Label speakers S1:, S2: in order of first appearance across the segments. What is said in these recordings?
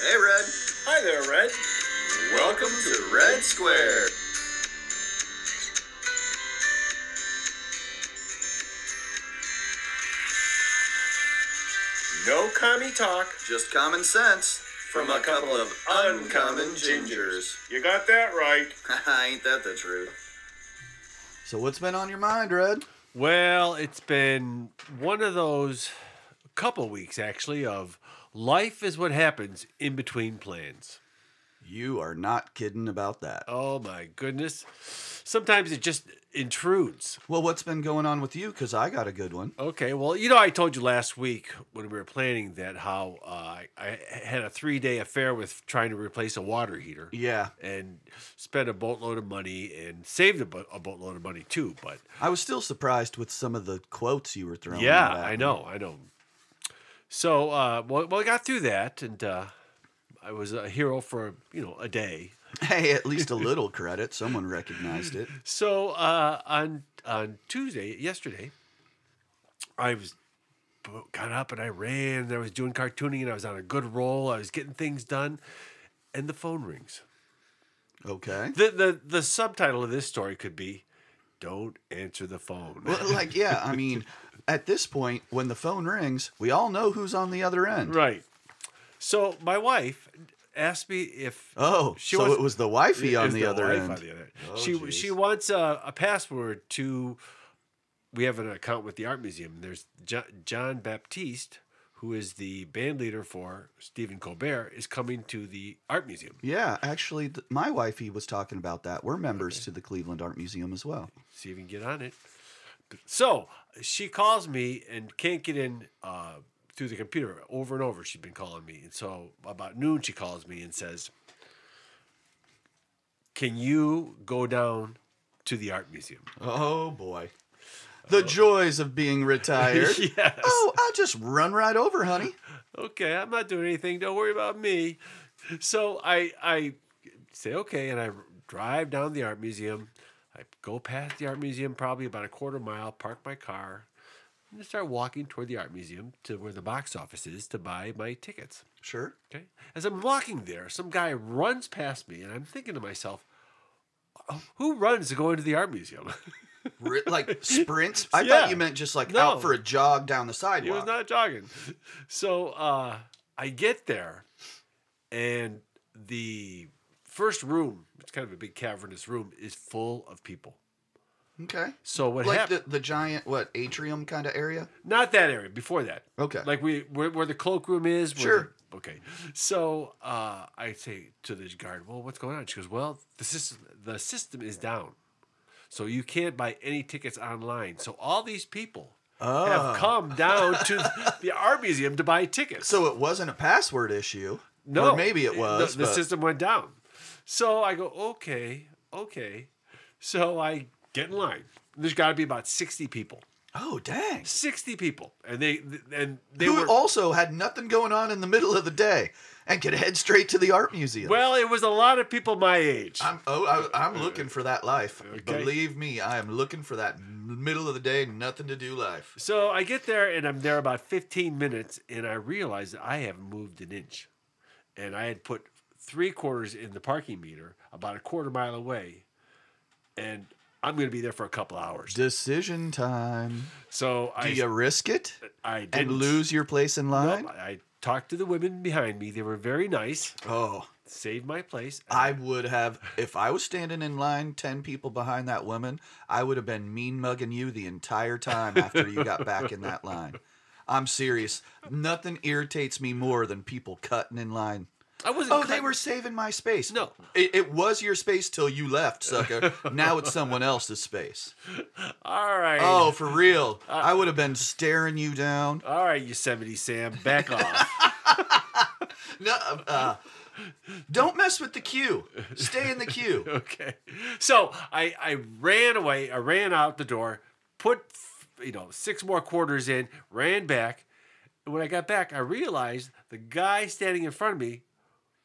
S1: Hey, Red.
S2: Hi there, Red.
S1: Welcome to Red Square.
S2: No commie talk.
S1: Just common sense from a couple of uncommon gingers.
S2: You got that right.
S1: Ain't that the truth?
S3: So what's been on your mind, Red?
S4: Well, it's been one of those couple weeks actually of life is what happens in between plans.
S3: You are not kidding about that.
S4: Oh my goodness. Sometimes it just intrudes.
S3: Well, what's been going on with you? Because I got a good one.
S4: Okay, well, you know, I told you last week when we were planning that how uh, I- I had a three day affair with trying to replace a water heater.
S3: Yeah,
S4: And spent a boatload of money and saved a, bo- a boatload of money too. But
S3: I was still surprised with some of the quotes you were throwing.
S4: yeah,
S3: at
S4: I
S3: me.
S4: know, I know. So, uh, well, well, I got through that, and uh, I was a hero for you know a day.
S3: Hey, at least a little credit. Someone recognized it.
S4: So uh, on on Tuesday, yesterday, I was got up and I ran. And I was doing cartooning, and I was on a good roll. I was getting things done, and the phone rings.
S3: Okay.
S4: the the The subtitle of this story could be "Don't answer the phone."
S3: Well, like, yeah, I mean, at this point, when the phone rings, we all know who's on the other end.
S4: right. So my wife asked me if
S3: Oh,
S4: She
S3: so
S4: was-
S3: it was the wifey on
S4: is
S3: the, other
S4: wife
S3: end.
S4: on the other end.
S3: Oh,
S4: she
S3: geez.
S4: she wants a, a password to. We have an account with the art museum. There's John, John Baptiste, who is the band leader for Stephen Colbert, is coming to the art museum.
S3: Yeah, actually, th- my wifey was talking about that. We're members to the Cleveland Art Museum as well.
S4: See if you can get on it. So she calls me and can't get in uh, through the computer over and over. She's been calling me, and so about noon she calls me and says, "Can you go down to the art museum?"
S3: Oh boy. The joys of being retired.
S4: Yes.
S3: Oh, I'll just run right over, honey.
S4: okay, I'm not doing anything. Don't worry about me. So I I say okay, and I drive down the art museum. I go past the art museum probably about a quarter mile, park my car, and I start walking toward the art museum to where the box office is to buy my tickets.
S3: Sure.
S4: Okay. As I'm walking there, some guy runs past me, and I'm thinking to myself, "Oh, who runs to go into the art museum?
S3: Ri- Like sprints. I
S4: Yeah.
S3: thought you meant just like
S4: No.
S3: out for a jog down the
S4: He was
S3: sidewalk.
S4: not jogging. So uh, I get there, and the first room, it's kind of a big cavernous room, is full of people.
S3: okay.
S4: So what
S3: Like
S4: happened?
S3: the, the giant what atrium kind of area?
S4: not that area. Before that.
S3: Okay.
S4: Like we where, where the cloakroom is. Where
S3: Sure.
S4: the- okay. So uh, I say to the guard, "Well, what's going on?" She goes, "Well, the system the system is down, so you can't buy any tickets online. So all these people."
S3: Oh. Ah.
S4: Have come down to the art museum to buy tickets.
S3: So it wasn't a password issue.
S4: No,
S3: Or maybe it
S4: the-
S3: was.
S4: The,
S3: but-
S4: system went down. So I go, okay, okay. So I get in line. There's got to be about sixty people.
S3: oh dang.
S4: Sixty people, and they and they
S3: Who
S4: were.
S3: also had nothing going on in the middle of the day and could head straight to the art museum.
S4: well, it was a lot of people my age.
S3: I'm oh I, I'm looking for that life.
S4: Okay.
S3: Believe me, I am looking for that middle of the day, nothing to do life.
S4: so I get there, and I'm there about fifteen minutes, and I realize that I have moved an inch, and I had put three quarters in the parking meter about a quarter mile away, and I'm going to be there for a couple hours.
S3: Decision time.
S4: So
S3: Do
S4: I
S3: you risk it
S4: I didn't.
S3: and lose your place in
S4: No,
S3: line?
S4: I I talked to the women behind me. They were very nice.
S3: Oh,
S4: Saved my place.
S3: I would have if I was standing in line, ten people behind that woman. I would have been mean mugging you the entire time after you got back in that line. I'm serious. Nothing irritates me more than people cutting in line.
S4: I wasn't.
S3: Oh, they
S4: cut-
S3: were saving my space.
S4: No.
S3: it, it was your space till you left, sucker. now it's someone else's space.
S4: All right.
S3: Oh, for real?
S4: Uh,
S3: I would have been staring you down.
S4: All right, Yosemite Sam, back off.
S3: No, uh, don't mess with the queue. Stay in the queue.
S4: okay. So I I ran away. I ran out the door. Put you know six more quarters in. Ran back. And when I got back, I realized the guy standing in front of me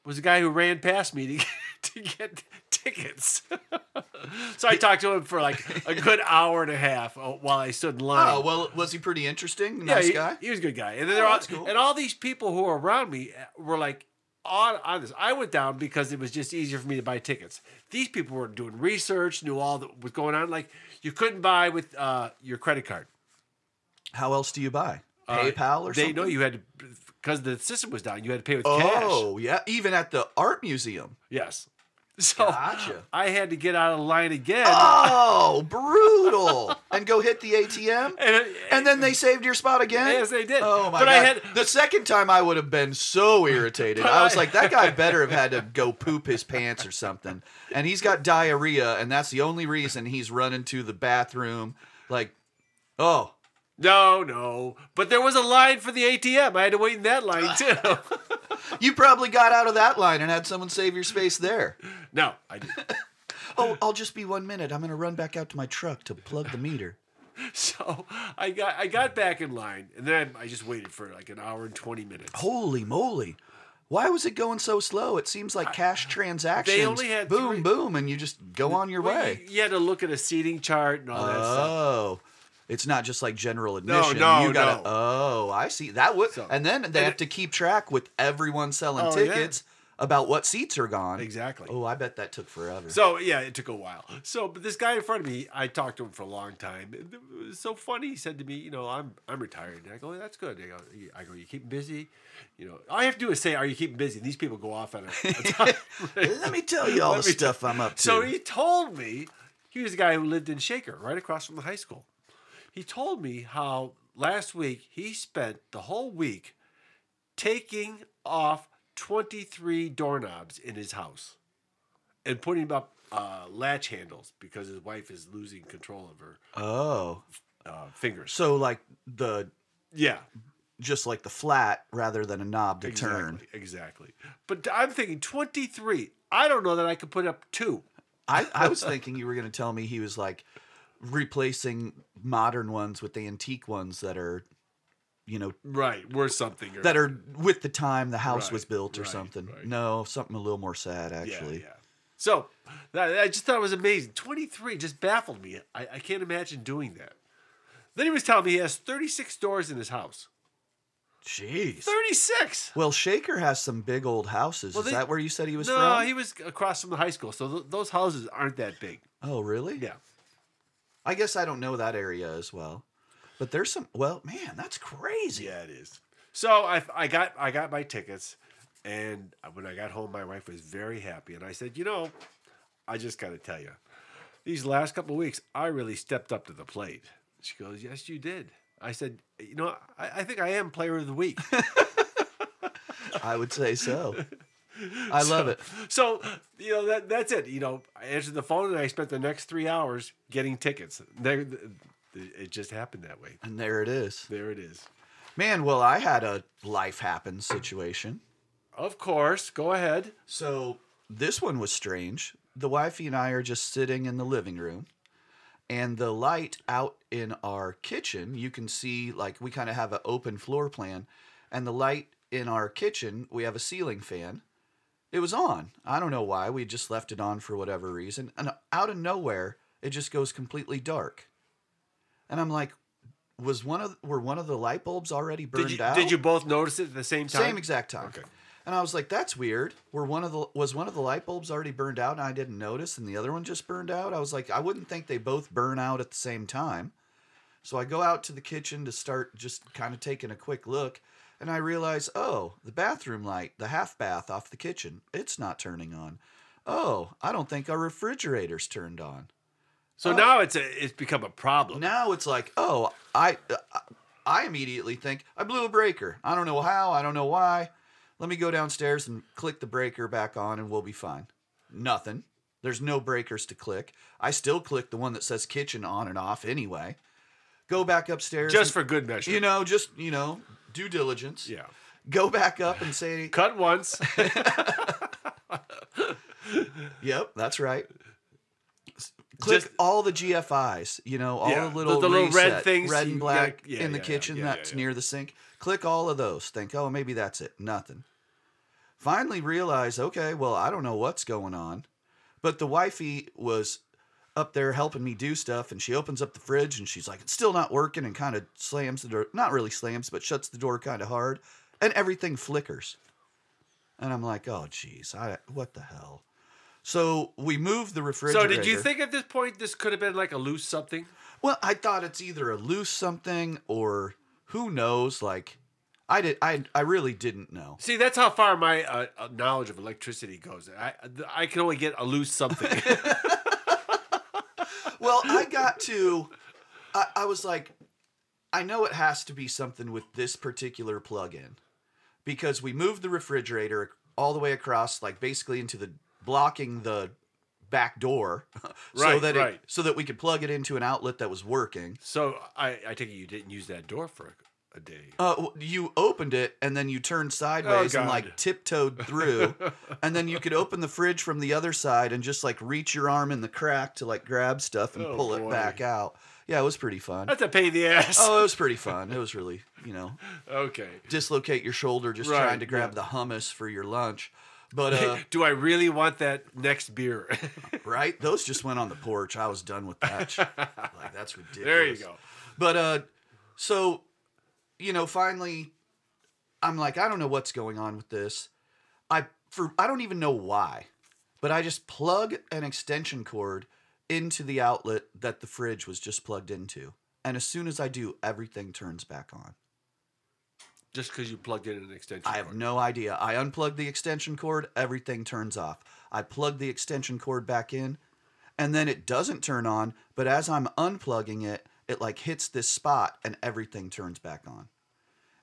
S4: was the guy who ran past me to get, to get tickets. so I talked to him for like a good hour and a half uh, while I stood in line.
S3: Oh well, was he pretty interesting? Nice
S4: he,
S3: guy. Oh,
S4: He was a good guy. And then they're all,
S3: that's cool.
S4: and all these people who were around me uh, were like on, on this. I went down because it was just easier for me to buy tickets. These people were doing research, knew all that was going on. Like you couldn't buy with uh, your credit card.
S3: How else do you buy?
S4: Uh,
S3: PayPal or
S4: they
S3: something?
S4: know you had to because the system was down. You had to pay with cash.
S3: Oh, yeah. Even at the art museum.
S4: Yes. So
S3: Gotcha.
S4: I had to get out of line again.
S3: Oh, brutal. And go hit the ATM?
S4: And,
S3: And then they saved your spot again?
S4: Yes, they did.
S3: Oh my
S4: But
S3: god.
S4: I had-
S3: the second time I would have been so irritated. I was
S4: I-
S3: like, that guy better have had to go poop his pants or something. And he's got diarrhea, and that's the only reason he's running to the bathroom. Like, oh,
S4: no, no. But there was a line for the ATM. I had to wait in that line too.
S3: you probably got out of that line and had someone save your space there.
S4: no, I didn't.
S3: Oh, I'll just be one minute. I'm gonna run back out to my truck to plug the meter.
S4: So I got I got back in line, and then I just waited for like an hour and twenty minutes.
S3: Holy moly. Why was it going so slow? It seems like cash transactions.
S4: only had
S3: boom,
S4: three-
S3: boom, and you just go on your
S4: Well,
S3: way.
S4: You, you had to look at a seating chart and all that stuff.
S3: Oh, it's not just like general
S4: No,
S3: admission.
S4: no,
S3: you gotta,
S4: no.
S3: Oh, I see. That would,
S4: So-
S3: and then they
S4: and
S3: have
S4: it-
S3: to keep track with everyone selling
S4: Oh, yeah.
S3: tickets about what seats are gone.
S4: Exactly.
S3: Oh, I bet that took forever.
S4: So yeah, it took a while. So but this guy in front of me, I talked to him for a long time. It was so funny. He said to me, you know, I'm I'm retired. And I go, that's good. I go, "You- I go, you keep busy. You know, all you have to do is say, are you keeping busy? And these people go off on a, a time.
S3: let me tell you all the
S4: Let me-
S3: stuff I'm up to.
S4: So he told me he was the guy who lived in Shaker, right across from the high school. He told me how last week he spent the whole week taking off 23 doorknobs in his house and putting up uh, latch handles because his wife is losing control of her
S3: oh,
S4: uh, fingers.
S3: so like the
S4: Yeah,
S3: just like the flat rather than a knob to
S4: exactly,
S3: turn.
S4: exactly. But I'm thinking 23. I don't know that I could put up two.
S3: I, I was thinking you were gonna tell me he was like replacing modern ones with the antique ones that are, you know,
S4: Right, worth something. Or,
S3: that are with the time the house
S4: Right,
S3: was built or
S4: right,
S3: something.
S4: right.
S3: No, something a little more sad
S4: Yeah,
S3: actually.
S4: Yeah, So that, I just thought it was amazing. 23 just baffled me. I, I can't imagine doing that. Then he was telling me he has 36 doors in his house.
S3: Jeez.
S4: 36!
S3: Well, Shaker has some big old houses.
S4: Well,
S3: Is
S4: they-
S3: that where you said he was
S4: no,
S3: from?
S4: he was across from the high school, so th- those houses aren't that big.
S3: Oh, really?
S4: Yeah.
S3: I guess I don't know that area as well. But there's some. Well, man, that's crazy.
S4: Yeah, it is. So I, I got I got my tickets, and when I got home, my wife was very happy, and I said, you know, I just got to tell you, these last couple of weeks, I really stepped up to the plate. She goes, yes, you did. I said, you know, I, I think I am player of the week.
S3: I would say so. I love it.
S4: so you know that that's it. You know, I answered the phone, and I spent the next three hours getting tickets. There, it just happened that way.
S3: And there it is.
S4: There it is.
S3: Man, well, I had a life happen situation.
S4: Of course, go ahead.
S3: So this one was strange. The wifey and I are just sitting in the living room, and the light out in our kitchen, you can see like we kind of have an open floor plan, and the light in our kitchen, we have a ceiling fan. It was on. I don't know why. We just left it on for whatever reason. And out of nowhere, it just goes completely dark. And I'm like, was one of were one of the light bulbs already burned
S4: Did you,
S3: out?
S4: did you both notice it at the same time?
S3: Same exact time.
S4: Okay.
S3: And I was like, "That's weird. Were one of the was one of the light bulbs already burned out, and I didn't notice, and the other one just burned out." I was like, "I wouldn't think they both burn out at the same time." So I go out to the kitchen to start just kind of taking a quick look, and I realize, "Oh, the bathroom light, the half bath off the kitchen, it's not turning on." Oh, I don't think our refrigerator's turned on.
S4: So now it's a it's become a problem.
S3: Oh. Now it's like, oh, I, I immediately think I blew a breaker. I don't know how. I don't know why. Let me go downstairs and click the breaker back on, and we'll be fine. Nothing. There's no breakers to click. I still click the one that says kitchen on and off anyway. Go back upstairs.
S4: just
S3: and-
S4: for good measure.
S3: you know, just you know, due diligence.
S4: yeah.
S3: Go back up and say,
S4: Cut once.
S3: Yep, that's right. S- Click
S4: Just-
S3: all the GFIs, you know, all
S4: Yeah,
S3: the little,
S4: the- the little red
S3: reset,
S4: things
S3: red
S4: you
S3: and black
S4: gotta- yeah,
S3: in the
S4: yeah, yeah,
S3: kitchen
S4: yeah, yeah,
S3: that's
S4: yeah.
S3: near the sink. Click all of those. Think, oh, maybe that's it. Nothing. Finally realize, okay, well, I don't know what's going on, but the wifey was up there helping me do stuff, and she opens up the fridge and she's like, it's still not working, and kind of slams the door. Not really slams, but shuts the door kind of hard, and everything flickers. And I'm like, oh, geez, I, what the hell? So we moved the
S4: So
S3: refrigerator.
S4: did you think at this point this could have been like a loose something?
S3: Well, I thought it's either a loose something or who knows. Like, I did. I I really didn't know.
S4: See, that's how far my uh, uh, knowledge of electricity goes. I I can only get a loose something.
S3: Well, I got to. I, I was like, I know it has to be something with this particular plug-in because we moved the refrigerator all the way across, like basically into the blocking the back door, so
S4: Right,
S3: that it,
S4: right.
S3: so that we could plug it into an outlet that was working.
S4: so I I take it you didn't use that door for a, a day.
S3: Uh, w- you opened it and then you turned sideways and like
S4: Oh, God.
S3: tiptoed through, and then you could open the fridge from the other side and just like reach your arm in the crack to like grab stuff and
S4: Oh,
S3: pull it
S4: boy.
S3: back out. Yeah, it was pretty fun.
S4: That's a pain in the ass.
S3: Oh, it was pretty fun. It was really, you know,
S4: okay.
S3: dislocate your shoulder just
S4: Right,
S3: trying to grab the hummus for your lunch. But uh,
S4: Do I really want that next beer?
S3: right, those just went on the porch. I was done with that. like that's ridiculous.
S4: there you go.
S3: But uh so you know, finally I'm like I don't know what's going on with this. I for I don't even know why. But I just plug an extension cord into the outlet that the fridge was just plugged into. And as soon as I do, everything turns back on.
S4: Just because you plugged in an extension.
S3: I have
S4: cord.
S3: no idea. I unplug the extension cord, everything turns off. I plug the extension cord back in, and then it doesn't turn on, but as I'm unplugging it, it like hits this spot and everything turns back on.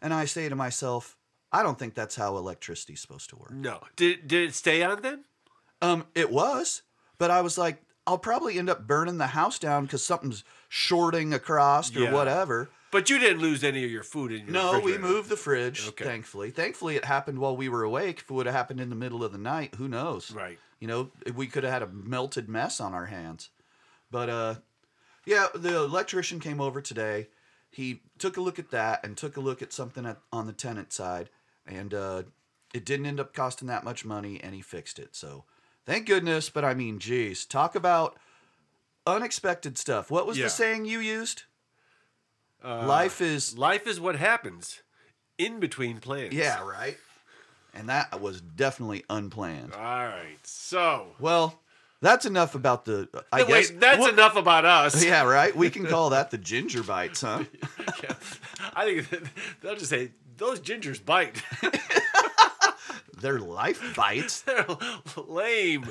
S3: And I say to myself, I don't think that's how electricity's supposed to work.
S4: No. Did did it stay on then?
S3: Um, it was, but I was like, I'll probably end up burning the house down because something's shorting across or
S4: Yeah.
S3: whatever.
S4: But you didn't lose any of your food in your
S3: No, we
S4: refrigerator.
S3: moved the fridge.
S4: Okay.
S3: Thankfully, thankfully it happened while we were awake. If it would have happened in the middle of the night, who knows?
S4: Right.
S3: You know, we could have had a melted mess on our hands. But uh, yeah, the electrician came over today. He took a look at that and took a look at something at, on the tenant side, and uh, it didn't end up costing that much money, and he fixed it. So thank goodness. But I mean, geez, talk about unexpected stuff. What was
S4: Yeah. Uh,
S3: the saying you used? Life is
S4: Life is what happens in between plans.
S3: Yeah, right. And that was definitely unplanned.
S4: All right. So.
S3: Well, that's enough about the. I guess
S4: Wait, that's
S3: Wha-
S4: enough about us.
S3: Yeah, right. We can call that the ginger bites, huh?
S4: I think that- they'll just say those gingers bite.
S3: They're life bites.
S4: They're lame,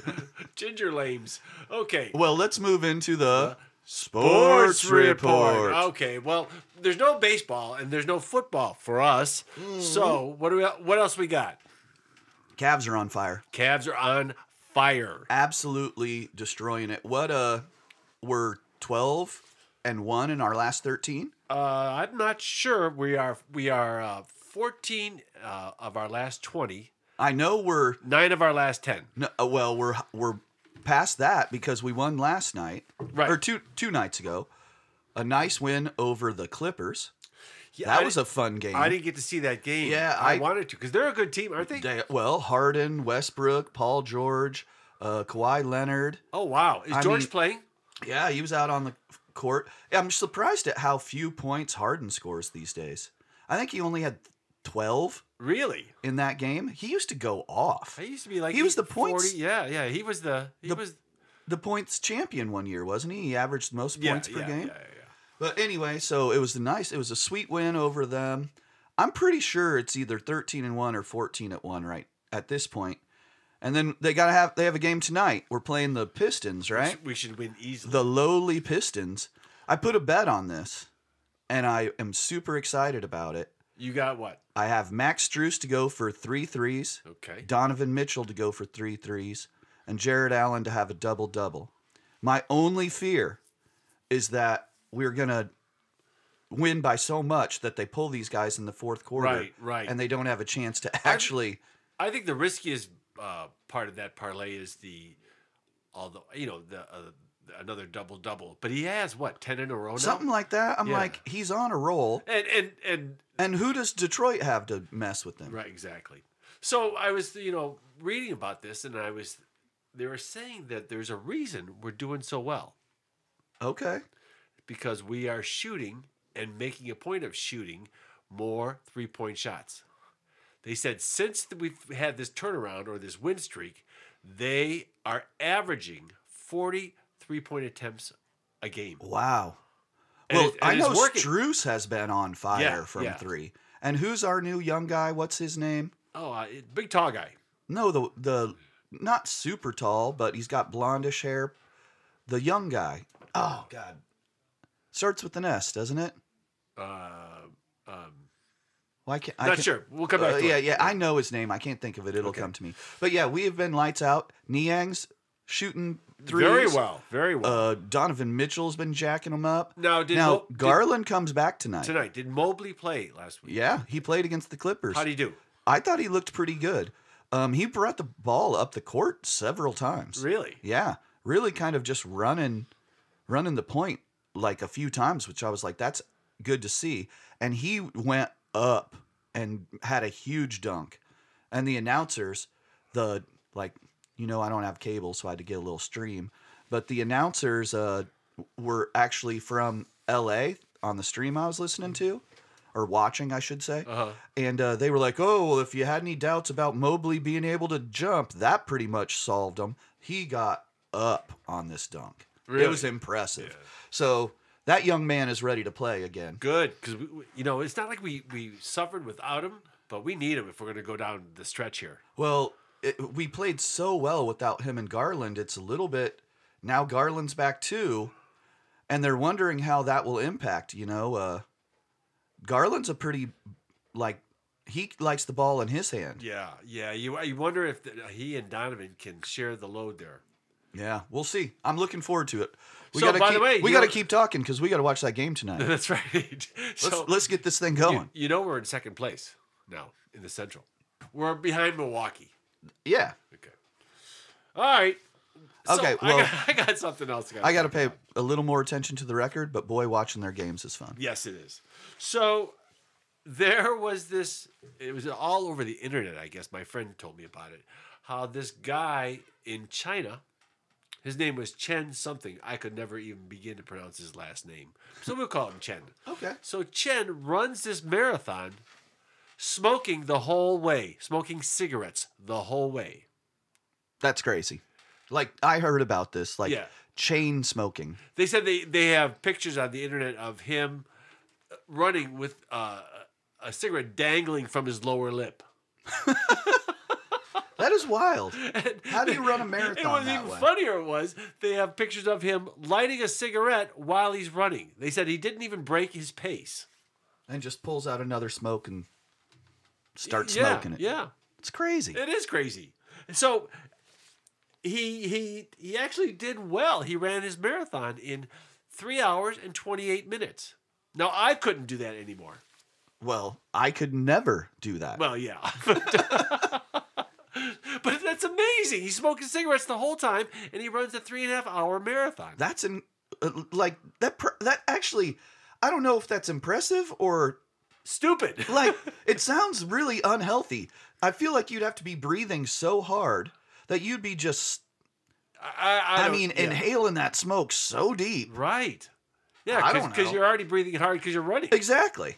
S4: ginger lames. Okay.
S3: Well, let's move into the sports,
S4: Sports
S3: report.
S4: Okay. Well, there's no baseball and there's no football for us.
S3: Mm-hmm.
S4: So what do we? What else we got?
S3: Cavs are on fire.
S4: Cavs are on fire.
S3: Absolutely destroying it. What uh, we're twelve and one in our last thirteen.
S4: Uh, I'm not sure. We are we are uh, 14 uh, of our last 20.
S3: I know we're
S4: Nine of our last 10.
S3: No, uh, well, we're we're past that because we won last night,
S4: Right.
S3: Or two two nights ago, a nice win over the Clippers.
S4: Yeah,
S3: That
S4: I
S3: was
S4: di-
S3: a fun game.
S4: I didn't get to see that game.
S3: Yeah,
S4: I,
S3: I-
S4: wanted to because they're a good team, aren't they?
S3: They- well, Harden, Westbrook, Paul George, uh, Kawhi Leonard.
S4: Oh wow, is
S3: I
S4: George
S3: mean-
S4: playing?
S3: Yeah, he was out on the court. I'm surprised at how few points Harden scores these days. I think he only had twelve
S4: Really?
S3: in that game. He used to go off.
S4: I used to be like
S3: He was the points-
S4: yeah, yeah. He was the he
S3: The
S4: was
S3: The points champion one year, wasn't he? He averaged the most
S4: yeah,
S3: points per
S4: yeah,
S3: game.
S4: Yeah, yeah, yeah.
S3: But anyway, so it was a nice, it was a sweet win over them. I'm pretty sure it's either 13 and one or 14 at one right at this point. And then they gotta have they have a game tonight. We're playing the Pistons, right?
S4: We should win easily.
S3: The lowly Pistons. I put a bet on this, and I am super excited about it.
S4: you got what?
S3: I have Max Struess to go for three threes,
S4: Okay.
S3: Donovan Mitchell to go for three threes, and Jared Allen to have a double double. My only fear is that we're gonna win by so much that they pull these guys in the fourth quarter,
S4: Right, right.
S3: and they don't have a chance to actually.
S4: I think the riskiest uh, part of that parlay is the although you know the uh, another double double, but he has what ten in a row now.
S3: Something like that. I'm
S4: Yeah.
S3: like, he's on a roll.
S4: and and and
S3: And who does Detroit have to mess with them?
S4: Right, exactly. So I was, you know, reading about this, and I was, they were saying that there's a reason we're doing so well
S3: Okay.
S4: because we are shooting and making a point of shooting more three point shots. They said since th- we've had this turnaround or this win streak, they are averaging 43 point attempts a game.
S3: Wow.
S4: And
S3: well,
S4: it-
S3: I
S4: and it's
S3: know
S4: working.
S3: Struess has been on fire
S4: Yeah,
S3: from
S4: yeah.
S3: three. And who's our new young guy? What's his name?
S4: Oh, uh, it- big tall guy.
S3: No, the the not super tall, but he's got blondish hair. The young guy. Oh God. Starts with an S, doesn't it?
S4: Uh, um,
S3: Why can't I
S4: not
S3: can't-
S4: sure. We'll come back
S3: Uh,
S4: to
S3: yeah,
S4: it.
S3: yeah. I know his name. I can't think of it. It'll come to me. But yeah, we have been lights out. Niang's shooting three.
S4: Very well. Very well.
S3: Uh, Donovan Mitchell's been jacking him up.
S4: Now, did
S3: now
S4: Mo- did-
S3: Garland comes back tonight.
S4: Tonight, did Mobley play last week?
S3: Yeah, he played against the Clippers.
S4: How'd he do?
S3: I thought he looked pretty good. Um, he brought the ball up the court several times.
S4: Really?
S3: Yeah, really kind of just running, running the point like a few times, which I was like, that's good to see. And he went up and had a huge dunk. And the announcers, the like, you know, I don't have cable, so I had to get a little stream. But the announcers uh, were actually from L.A. on the stream I was listening to, or watching, I should say.
S4: Uh-huh.
S3: And uh, they were like, oh, well, if you had any doubts about Mobley being able to jump, that pretty much solved them. He got up on this dunk.
S4: Really?
S3: It was impressive. So that young man is ready to play again.
S4: Good, because we, we- you know it's not like we we suffered without him, but we need him if we're going to go down the stretch here.
S3: Well, it, we played so well without him and Garland. It's a little bit now Garland's back too, and they're wondering how that will impact. You know, uh, Garland's a pretty like he likes the ball in his hand.
S4: Yeah, yeah. You you wonder if the, he and Donovan can share the load there.
S3: Yeah, we'll see. I'm looking forward to it. We
S4: So,
S3: gotta
S4: by the
S3: keep,
S4: way,
S3: we
S4: you-
S3: got to keep talking because we got to watch that game tonight. let's
S4: That's right. so
S3: let's get this thing
S4: you,
S3: going.
S4: you know we're in second place now in the Central. We're behind Milwaukee.
S3: yeah,
S4: Okay. All right. So
S3: Okay,
S4: I
S3: well-
S4: got, I got something else.
S3: I got to
S4: talk
S3: pay
S4: about.
S3: a little more attention to the record, but boy, watching their games is fun.
S4: Yes, it is. So there was this, it was all over the internet, I guess. My friend told me about it. How this guy in China, his name was Chen something. I could never even begin to pronounce his last name. So we'll call him Chen.
S3: Okay.
S4: So Chen runs this marathon smoking the whole way, smoking cigarettes the whole way.
S3: That's crazy. Like I heard about this, like
S4: Yeah.
S3: chain smoking.
S4: They said they, they have pictures on the internet of him running with uh, a cigarette dangling from his lower lip.
S3: That is wild. How do you run a
S4: It was
S3: marathon that
S4: even
S3: way?
S4: funnier was they have pictures of him lighting a cigarette while he's running. They said he didn't even break his pace.
S3: And just pulls out another smoke and starts
S4: yeah,
S3: smoking it.
S4: Yeah,
S3: It's crazy.
S4: it is crazy. So he he he actually did well. He ran his marathon in three hours and twenty eight minutes. Now I couldn't do that anymore.
S3: well, I could never do that.
S4: Well, yeah. But that's amazing. He's smoking cigarettes the whole time, and he runs a three and a half hour marathon.
S3: that's in uh, like that pr- that actually I don't know if that's impressive or
S4: Stupid.
S3: like it sounds really unhealthy. I feel like you'd have to be breathing so hard that you'd be just
S4: I, I,
S3: I,
S4: don't-
S3: mean
S4: yeah.
S3: inhaling that smoke so deep.
S4: Right. Yeah,
S3: I
S4: cause,
S3: don't
S4: 'cause
S3: know.
S4: you're already breathing hard because you're running.
S3: Exactly.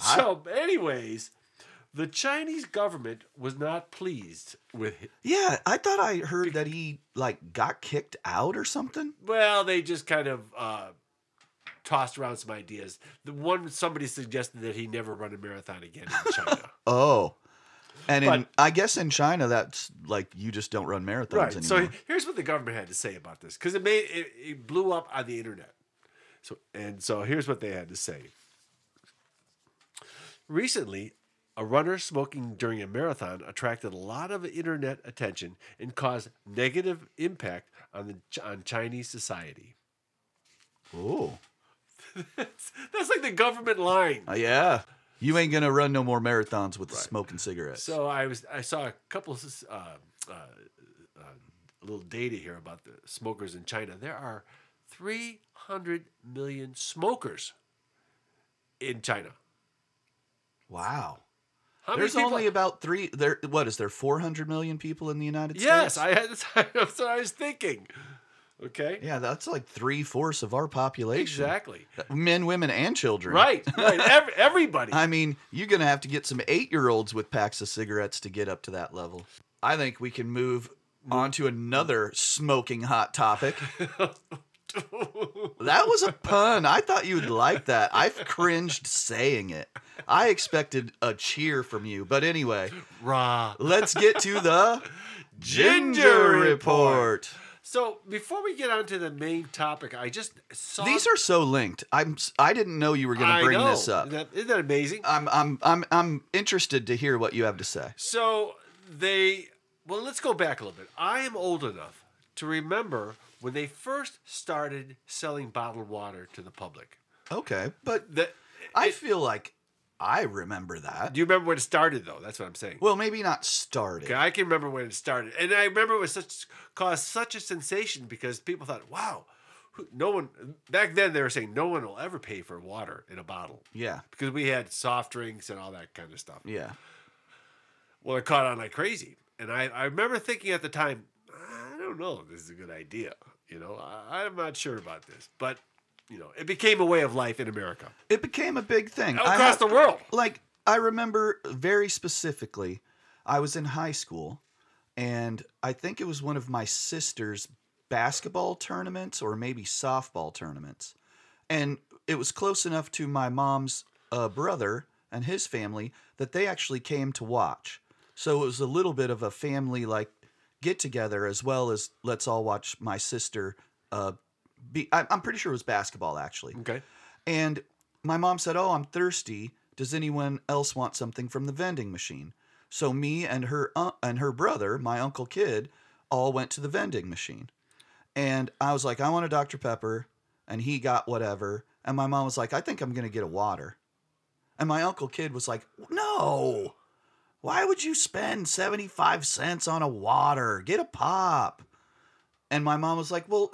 S3: I-
S4: So, anyways, the Chinese government was not pleased with it.
S3: Yeah, I thought I heard that he like got kicked out or something.
S4: Well, they just kind of uh, tossed around some ideas. The one somebody suggested that he never run a marathon again in China.
S3: Oh. And in,
S4: But-
S3: I guess in China that's like you just don't run marathons
S4: right. So
S3: anymore.
S4: here's what the government had to say about this because it made it, it blew up on the internet. So and so here's what they had to say. Recently, a runner smoking during a marathon attracted a lot of internet attention and caused negative impact on the on Chinese society.
S3: oh.
S4: That's, that's like the government line.
S3: Uh, yeah. You ain't going to run no more marathons with smoking cigarettes.
S4: So I was I saw a couple of uh, uh, uh, little data here about the smokers in China. There are 300 million smokers in China.
S3: wow.
S4: How
S3: There's
S4: many people-
S3: only about 3 there what is there 400 million people in the United
S4: yes.
S3: States?
S4: I had that's what I was thinking. Okay.
S3: Yeah, that's like three fourths of our population.
S4: Exactly.
S3: Men, women, and children.
S4: Right. Right. Every, everybody.
S3: I mean, you're going to have to get some eight year olds with packs of cigarettes to get up to that level. I think we can move on to another smoking hot topic. that was a pun. I thought you would like that. I've cringed saying it. I expected a cheer from you. But anyway,
S4: Rah.
S3: let's get to the
S4: Ginger
S3: Report.
S4: So before we get on to the main topic, I just saw
S3: These are so linked. I'm s- I didn't know you were going
S4: I
S3: to bring
S4: know.
S3: this up.
S4: Isn't that- isn't that amazing?
S3: I'm I'm I'm I'm interested to hear what you have to say.
S4: So they well, let's go back a little bit. I am old enough to remember when they first started selling bottled water to the public.
S3: Okay, but
S4: That
S3: I feel like I remember that.
S4: do you remember when it started though? That's what I'm saying.
S3: Well, maybe not started.
S4: Okay, I can remember when it started, and I remember it was such caused such a sensation because people thought, "Wow, who- no one." Back then, they were saying no one will ever pay for water in a bottle
S3: Yeah,
S4: because we had soft drinks and all that kind of stuff.
S3: yeah.
S4: Well, it caught on like crazy, and I, I remember thinking at the time, I don't know, if this is a good idea. You know, I, I'm not sure about this, but you know, it became a way of life in America
S3: It became a big thing I
S4: Oh, across
S3: have-
S4: the world.
S3: Like I remember very specifically, I was in high school, and I think it was one of my sister's basketball tournaments or maybe softball tournaments, and it was close enough to my mom's uh, brother and his family that they actually came to watch. So it was a little bit of a family like get together as well as let's all watch my sister. Uh, be I- I'm pretty sure it was basketball actually.
S4: Okay,
S3: And my mom said, Oh, I'm thirsty. Does anyone else want something from the vending machine? So me and her un- and her brother, my uncle kid, all went to the vending machine. And I was like, I want a Dr. Pepper. And he got whatever. And my mom was like, I think I'm going to get a water. And my uncle kid was like, No. Why would you spend 75 cents on a water? Get a pop. And my mom was like, Well,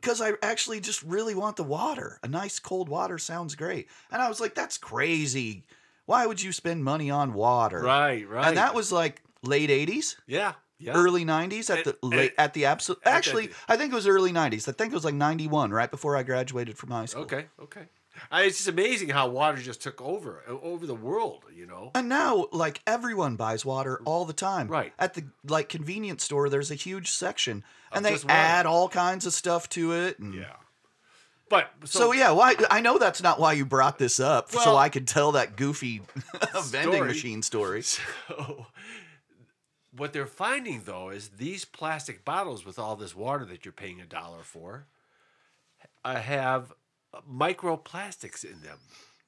S3: because I actually just really want the water. A nice cold water sounds great. And I was like, that's crazy. Why would you spend money on water?
S4: right, right,
S3: And that was like late 80s,
S4: yeah, yeah,
S3: early 90s at the
S4: At-
S3: late at the absolute
S4: at the-
S3: actually I think it was early 90s. I think it was like 91 right before I graduated from high school.
S4: Okay, okay. I, it's just amazing how water just took over o- over the world. You know,
S3: And now, like everyone buys water all the time.
S4: Right.
S3: At the like convenience store, there's a huge section,
S4: Of
S3: and they
S4: just water.
S3: add all kinds of stuff to it. And
S4: yeah. But so,
S3: So, yeah, why I know that's not why you brought this up, so
S4: Well-
S3: I could tell that goofy vending
S4: Story.
S3: machine story.
S4: so what they're finding though is these plastic bottles with all this water that you're paying a dollar for uh, have microplastics in them,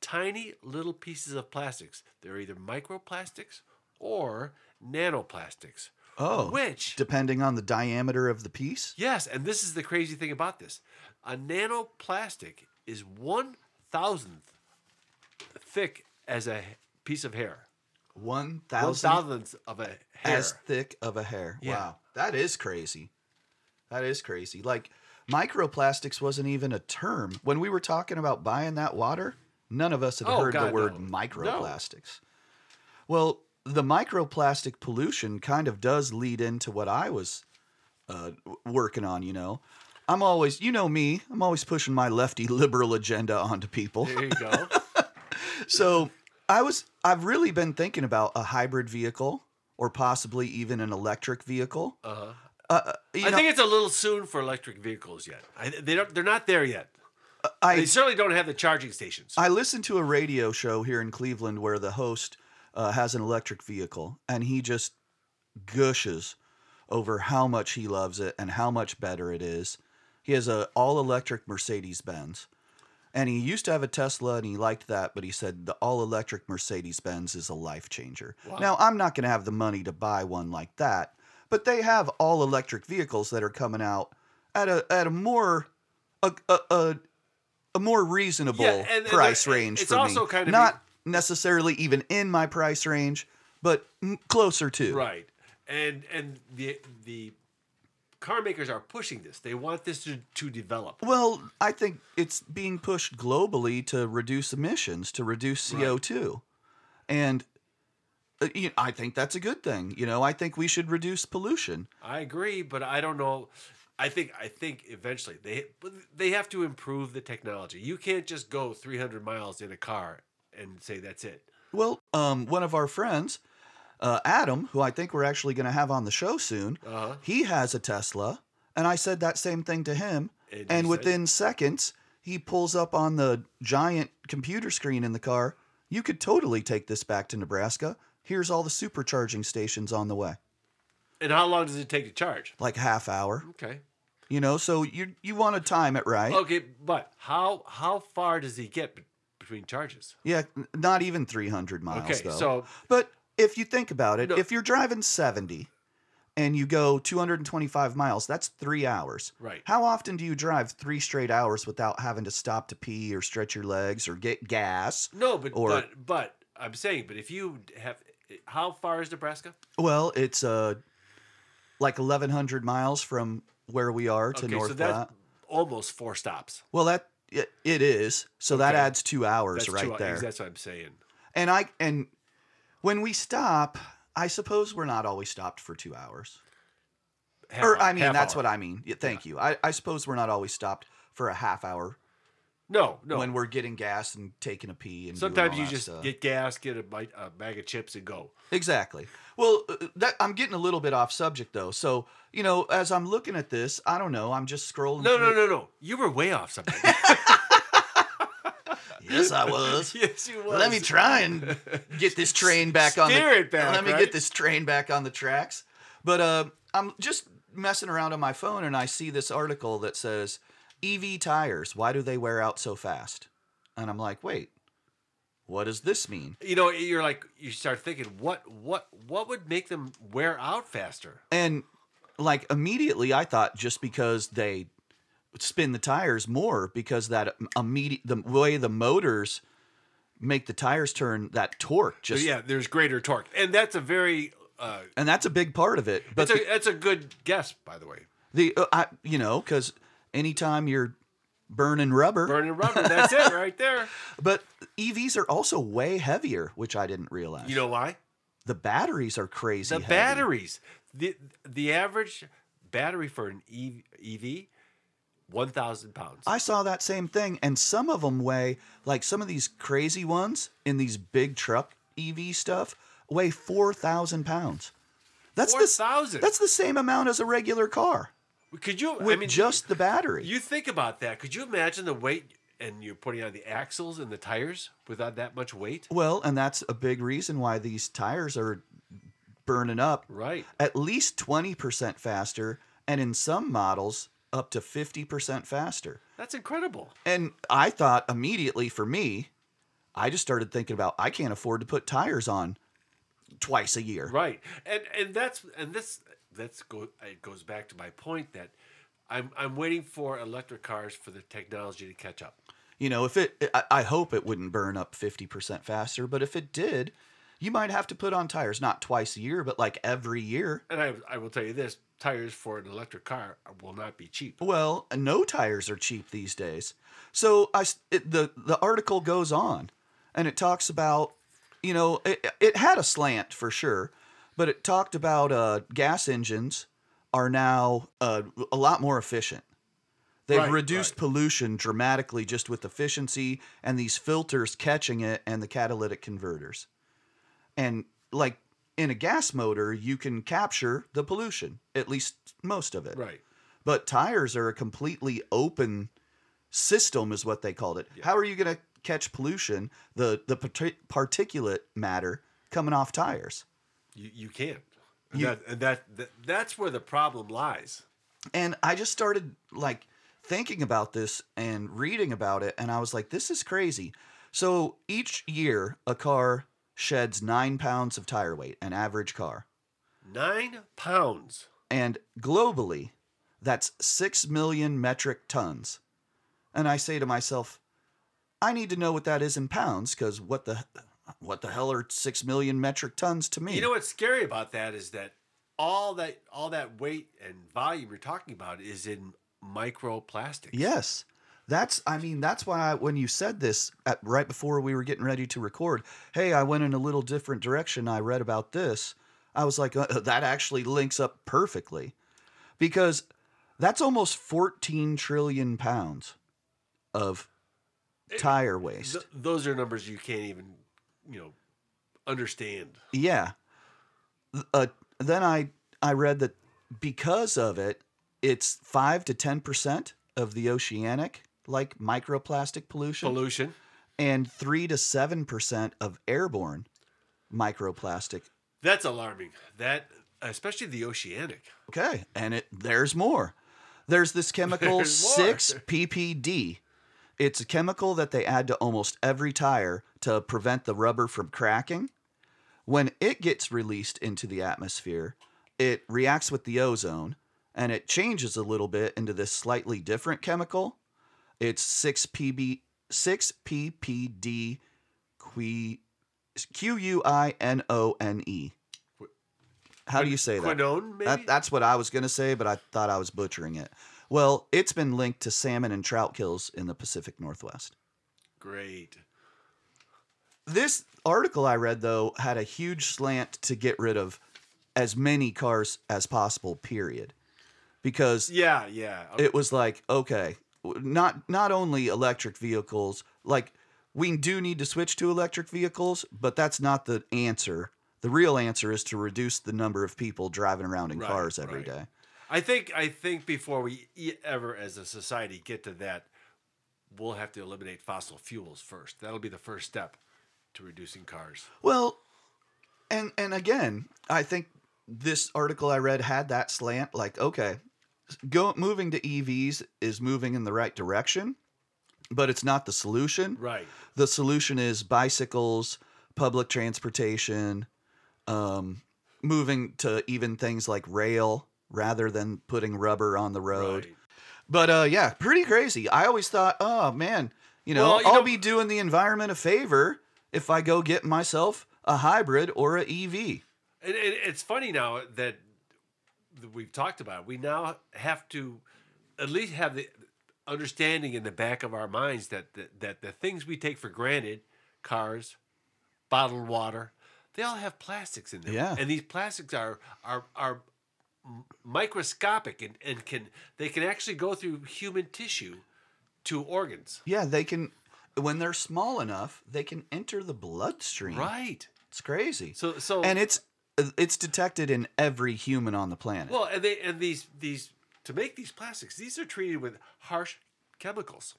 S4: tiny little pieces of plastics. They're either microplastics or nanoplastics.
S3: Oh,
S4: which
S3: depending on the diameter of the piece.
S4: Yes, and this is the crazy thing about this. A nanoplastic is one thousandth thick as a h- piece of hair.
S3: One
S4: One
S3: thousand
S4: thousandth of a hair.
S3: as thick of a hair.
S4: Yeah.
S3: Wow, that is crazy. That is crazy. Like microplastics wasn't even a term when we were talking about buying that water. None of us had
S4: Oh,
S3: heard the
S4: God,
S3: word
S4: no.
S3: microplastics. Well, the microplastic pollution kind of does lead into what I was uh, w- working on. You know, I'm always, you know me, I'm always pushing my lefty liberal agenda onto people.
S4: there you go.
S3: So I was I've really been thinking about a hybrid vehicle or possibly even an electric vehicle.
S4: Uh-huh.
S3: Uh, you
S4: I
S3: know,
S4: think it's a little soon for electric vehicles yet. I, they don't. They're not there yet. They
S3: I
S4: certainly don't have the charging stations.
S3: I listened to a radio show here in Cleveland where the host uh, has an electric vehicle and he just gushes over how much he loves it and how much better it is. He has a all electric Mercedes Benz. And he used to have a Tesla and he liked that, but he said the all electric Mercedes Benz is a life changer. Now, I'm not going to have the money to buy one like that, but they have all electric vehicles that are coming out at a at a more a a, a, a more reasonable
S4: Yeah, and- and
S3: price
S4: they're-
S3: range
S4: it's
S3: for me.
S4: also kind of e
S3: not necessarily even in my price range, but m- closer to.
S4: Right. And and the the car makers are pushing this. They want this to, to develop.
S3: Well, I think it's being pushed globally to reduce emissions, to reduce CO2. And uh, you I think that's a good thing. You know, I think we should reduce pollution.
S4: I agree, but I don't know. I think I think eventually they but they have to improve the technology. You can't just go 300 miles in a car and say that's it.
S3: Well, um, one of our friends, uh, Adam, who I think we're actually going to have on the show soon,
S4: Uh-huh.
S3: he has a Tesla, and I said that same thing to him,
S4: And you
S3: and,
S4: said-
S3: within seconds he pulls up on the giant computer screen in the car. You could totally take this back to Nebraska. Here's all the supercharging stations on the way.
S4: And how long does it take to charge?
S3: Like half hour,
S4: Okay.
S3: you know. So you you want to time it right?
S4: Okay, but how how far does he get be- between charges?
S3: Yeah, n- not even 300 miles.
S4: Okay,
S3: though.
S4: so-
S3: but if you think about it,
S4: No.
S3: if you're driving 70 and you go 225 miles, that's three hours.
S4: Right.
S3: How often do you drive three straight hours without having to stop to pee or stretch your legs or get gas?
S4: No, but
S3: Or-
S4: but but I'm saying, but if you have how far is Nebraska?
S3: Well, it's uh, like 1,100 miles from where we are to North
S4: so that's
S3: Platte.
S4: almost four stops.
S3: Well, that it, it is. So that
S4: Okay.
S3: adds two hours
S4: That's
S3: right
S4: two,
S3: there.
S4: That's what I'm saying.
S3: And I and when we stop, I suppose we're not always stopped for two hours.
S4: Half
S3: or
S4: hou-
S3: I mean,
S4: half
S3: that's
S4: hour.
S3: what I mean. Yeah, thank you. I, I suppose we're not always stopped for a half hour
S4: No, no.
S3: when we're getting gas and taking a pee and doing
S4: Sometimes
S3: all
S4: you
S3: that
S4: just
S3: stuff.
S4: get gas, get a, bite, a bag of chips, and go.
S3: exactly. Well, uh, that I'm getting a little bit off subject though. So you know, as I'm looking at this, I don't know. I'm just scrolling.
S4: No,
S3: through
S4: no, no, no. You were way off something.
S3: Yes, I was.
S4: yes, you was.
S3: Let me try and get this train back on.
S4: Steer
S3: the,
S4: it back,
S3: Let me
S4: right?
S3: get this train back on the tracks. But uh, I'm just messing around on my phone, and I see this article that says EV tires. Why do they wear out so fast? And I'm like, wait, what does this mean?
S4: You know, you're like you start thinking what what what would make them wear out faster?
S3: And like immediately, I thought just because they spin the tires more because that immediate the way the motors make the tires turn that torque
S4: So
S3: just
S4: yeah, there's greater torque, and that's a very uh,
S3: and that's a big part of it but
S4: that's a that's a good guess, by the way.
S3: The uh, I, you know, because anytime you're burning rubber,
S4: Burning rubber, that's it right there.
S3: but EVs are also way heavier, which I didn't realize.
S4: You know why?
S3: the batteries are crazy.
S4: The
S3: heavy.
S4: batteries. The the average battery for an EV, EV one thousand pounds.
S3: I saw that same thing, and some of them weigh like some of these crazy ones in these big truck EV stuff weigh four thousand pounds. That's the s-
S4: 4,000?
S3: That's the same amount as a regular car
S4: Could you?
S3: with
S4: I mean,
S3: just the battery.
S4: You think about that. Could you imagine the weight and you're putting on the axles and the tires without that much weight?
S3: well, and that's a big reason why these tires are burning up
S4: Right.
S3: at least 20% faster and in some models up to 50% faster.
S4: That's incredible.
S3: And I thought immediately for me, I just started thinking about I can't afford to put tires on twice a year.
S4: Right. And and that's and this that's go it goes back to my point that I'm I'm waiting for electric cars for the technology to catch up.
S3: You know, if it I, I hope it wouldn't burn up 50% faster, but if it did, you might have to put on tires not twice a year, but like every year.
S4: And I I will tell you this, tires for an electric car will not be cheap.
S3: Well, uh, no tires are cheap these days. So I s- it, the the article goes on, and it talks about, you know, it, it had a slant for sure, but it talked about uh, gas engines are now uh, a lot more efficient. They've
S4: Right,
S3: reduced
S4: right.
S3: pollution dramatically just with efficiency and these filters catching it and the catalytic converters. And like in a gas motor, you can capture the pollution, at least most of it
S4: Right.
S3: but tires are a completely open system is what they called it how are you going to catch pollution the the parti- particulate matter coming off tires
S4: You you can't. And, that, and that, that that's where the problem lies.
S3: and i just started like thinking about this and reading about it and i was like this is crazy so each year a car sheds 9 pounds of tire weight an average car
S4: 9 pounds.
S3: and globally that's 6 million metric tons and i say to myself i need to know what that is in pounds cuz what the what the hell are 6 million metric tons to me
S4: You know what's scary about that is that all that all that weight and volume you're talking about is in microplastics.
S3: yes that's i mean that's why I, when you said this at, right before we were getting ready to record hey i went in a little different direction i read about this i was like uh, that actually links up perfectly because That's almost 14 trillion pounds of tire waste.
S4: Th- those are numbers you can't even, you know, understand.
S3: Yeah. Uh, then I I read that because of it, it's five to ten percent of the oceanic like microplastic pollution,
S4: Pollution.
S3: and three to seven percent of airborne microplastic.
S4: That's alarming. That especially the oceanic.
S3: Okay, and it there's more. There's this chemical
S4: There's more.
S3: six PPD. It's a chemical that they add to almost every tire to prevent the rubber from cracking. When it gets released into the atmosphere, it reacts with the ozone and it changes a little bit into this slightly different chemical. It's 6 PB 6 PPD Q Q U I N O N E. How do you say that?
S4: Quinone, maybe?
S3: That, that's what I was going to say, but I thought I was butchering it. Well, it's been linked to salmon and trout kills in the Pacific Northwest.
S4: Great.
S3: This article I read, though, had a huge slant to get rid of as many cars as possible, period. Because
S4: Yeah, yeah.
S3: it was like, okay, w- not not only electric vehicles, like we do need to switch to electric vehicles, but that's not the answer. The real answer is to reduce the number of people driving around in
S4: Right,
S3: cars every
S4: right.
S3: day.
S4: I think I think before we e- ever as a society get to that, we'll have to eliminate fossil fuels first. That'll be the first step to reducing cars.
S3: Well, and and again, I think this article I read had that slant. Like, okay, go moving to EVs is moving in the right direction, but it's not the solution.
S4: Right.
S3: The solution is bicycles, public transportation, um, moving to even things like rail rather than putting rubber on the road.
S4: Right.
S3: But uh, yeah, pretty crazy. I always thought, oh man, you know,
S4: Well, you
S3: I'll
S4: know-
S3: be doing the environment a favor if I go get myself a hybrid or a E EV.
S4: And it, it's funny now that that we've talked about it. We now have to at least have the understanding in the back of our minds that the, that the things we take for granted, cars, bottled water, they all have plastics in them.
S3: Yeah.
S4: And these plastics are are are m- microscopic and, and can they can actually go through human tissue to organs.
S3: Yeah, they can when they're small enough, they can enter the bloodstream.
S4: Right.
S3: It's crazy.
S4: So so
S3: and it's it's detected in every human on the planet.
S4: Well, and they and these these to make these plastics, these are treated with harsh chemicals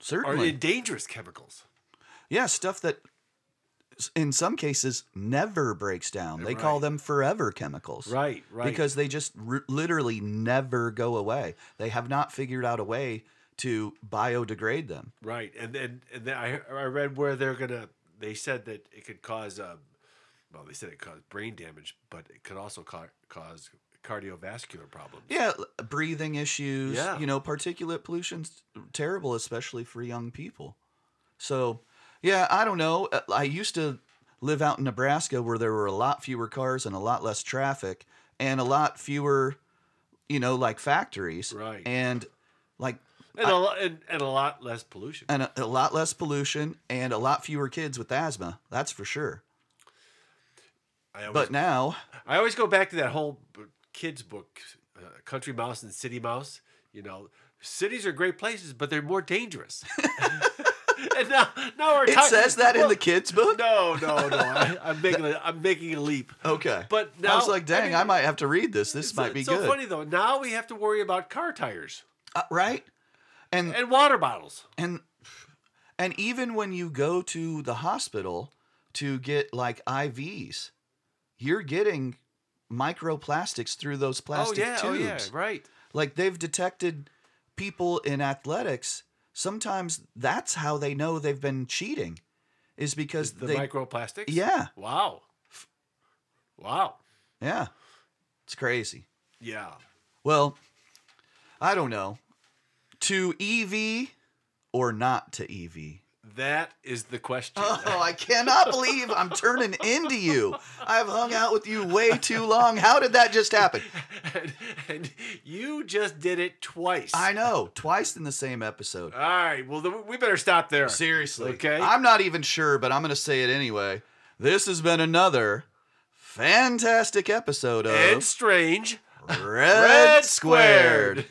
S4: or
S3: Certainly.
S4: in dangerous chemicals.
S3: yeah, stuff that s- in some cases never breaks down. They call
S4: Right.
S3: them forever chemicals.
S4: Right, right.
S3: because they just r- literally never go away. They have not figured out a way to biodegrade them.
S4: right, and and, and then I I read where they're gonna. They said that it could cause um, well, they said it caused brain damage, but it could also ca- cause cardiovascular problems.
S3: Yeah, l- Uh, breathing issues,
S4: Yeah.
S3: you know, particulate pollution's terrible especially for young people. So, yeah, I don't know. Uh, I used to live out in Nebraska where there were a lot fewer cars and a lot less traffic and a lot fewer you know, like factories.
S4: Right.
S3: And like
S4: And a lot and, and a lot less pollution.
S3: and a, a lot less pollution and a lot fewer kids with asthma. That's for sure.
S4: I always
S3: But now,
S4: I always go back to that whole b- kids book, uh, Country Mouse and City Mouse. You know, cities are great places, but they're more dangerous. and now, now we're
S3: It
S4: talking-
S3: says that in
S4: well,
S3: the kids book.
S4: No, no, no. I, I'm making a, I'm making a leap.
S3: Okay,
S4: But
S3: I
S4: now-
S3: was like,
S4: I
S3: dang, I,
S4: mean,
S3: might have to read this. This
S4: It's-
S3: might be
S4: it's so
S3: good,
S4: funny though. Now we have to worry about car tires
S3: Uh, right? And
S4: and water bottles. Oh,
S3: and and even when you go to the hospital to get like IVs, you're getting microplastics through those plastic
S4: oh yeah,
S3: tubes.
S4: oh yeah, right.
S3: Like they've detected people in athletics. Sometimes that's how they know they've been cheating, is because
S4: The
S3: they
S4: microplastics.
S3: yeah
S4: Wow. Wow.
S3: yeah, it's crazy.
S4: Yeah.
S3: Well, I don't know. To EV or not to E EV?
S4: That is the question.
S3: Oh, I cannot believe I'm turning into you. I've hung out with you way too long. How did that just happen?
S4: and, and you just did it twice.
S3: I know, twice in the same episode.
S4: All right. Well, then we better stop there.
S3: Uh, Seriously.
S4: Okay.
S3: I'm not even sure, but I'm going to say it anyway. This has been another fantastic episode of
S4: Ed Strange
S3: Red, squared.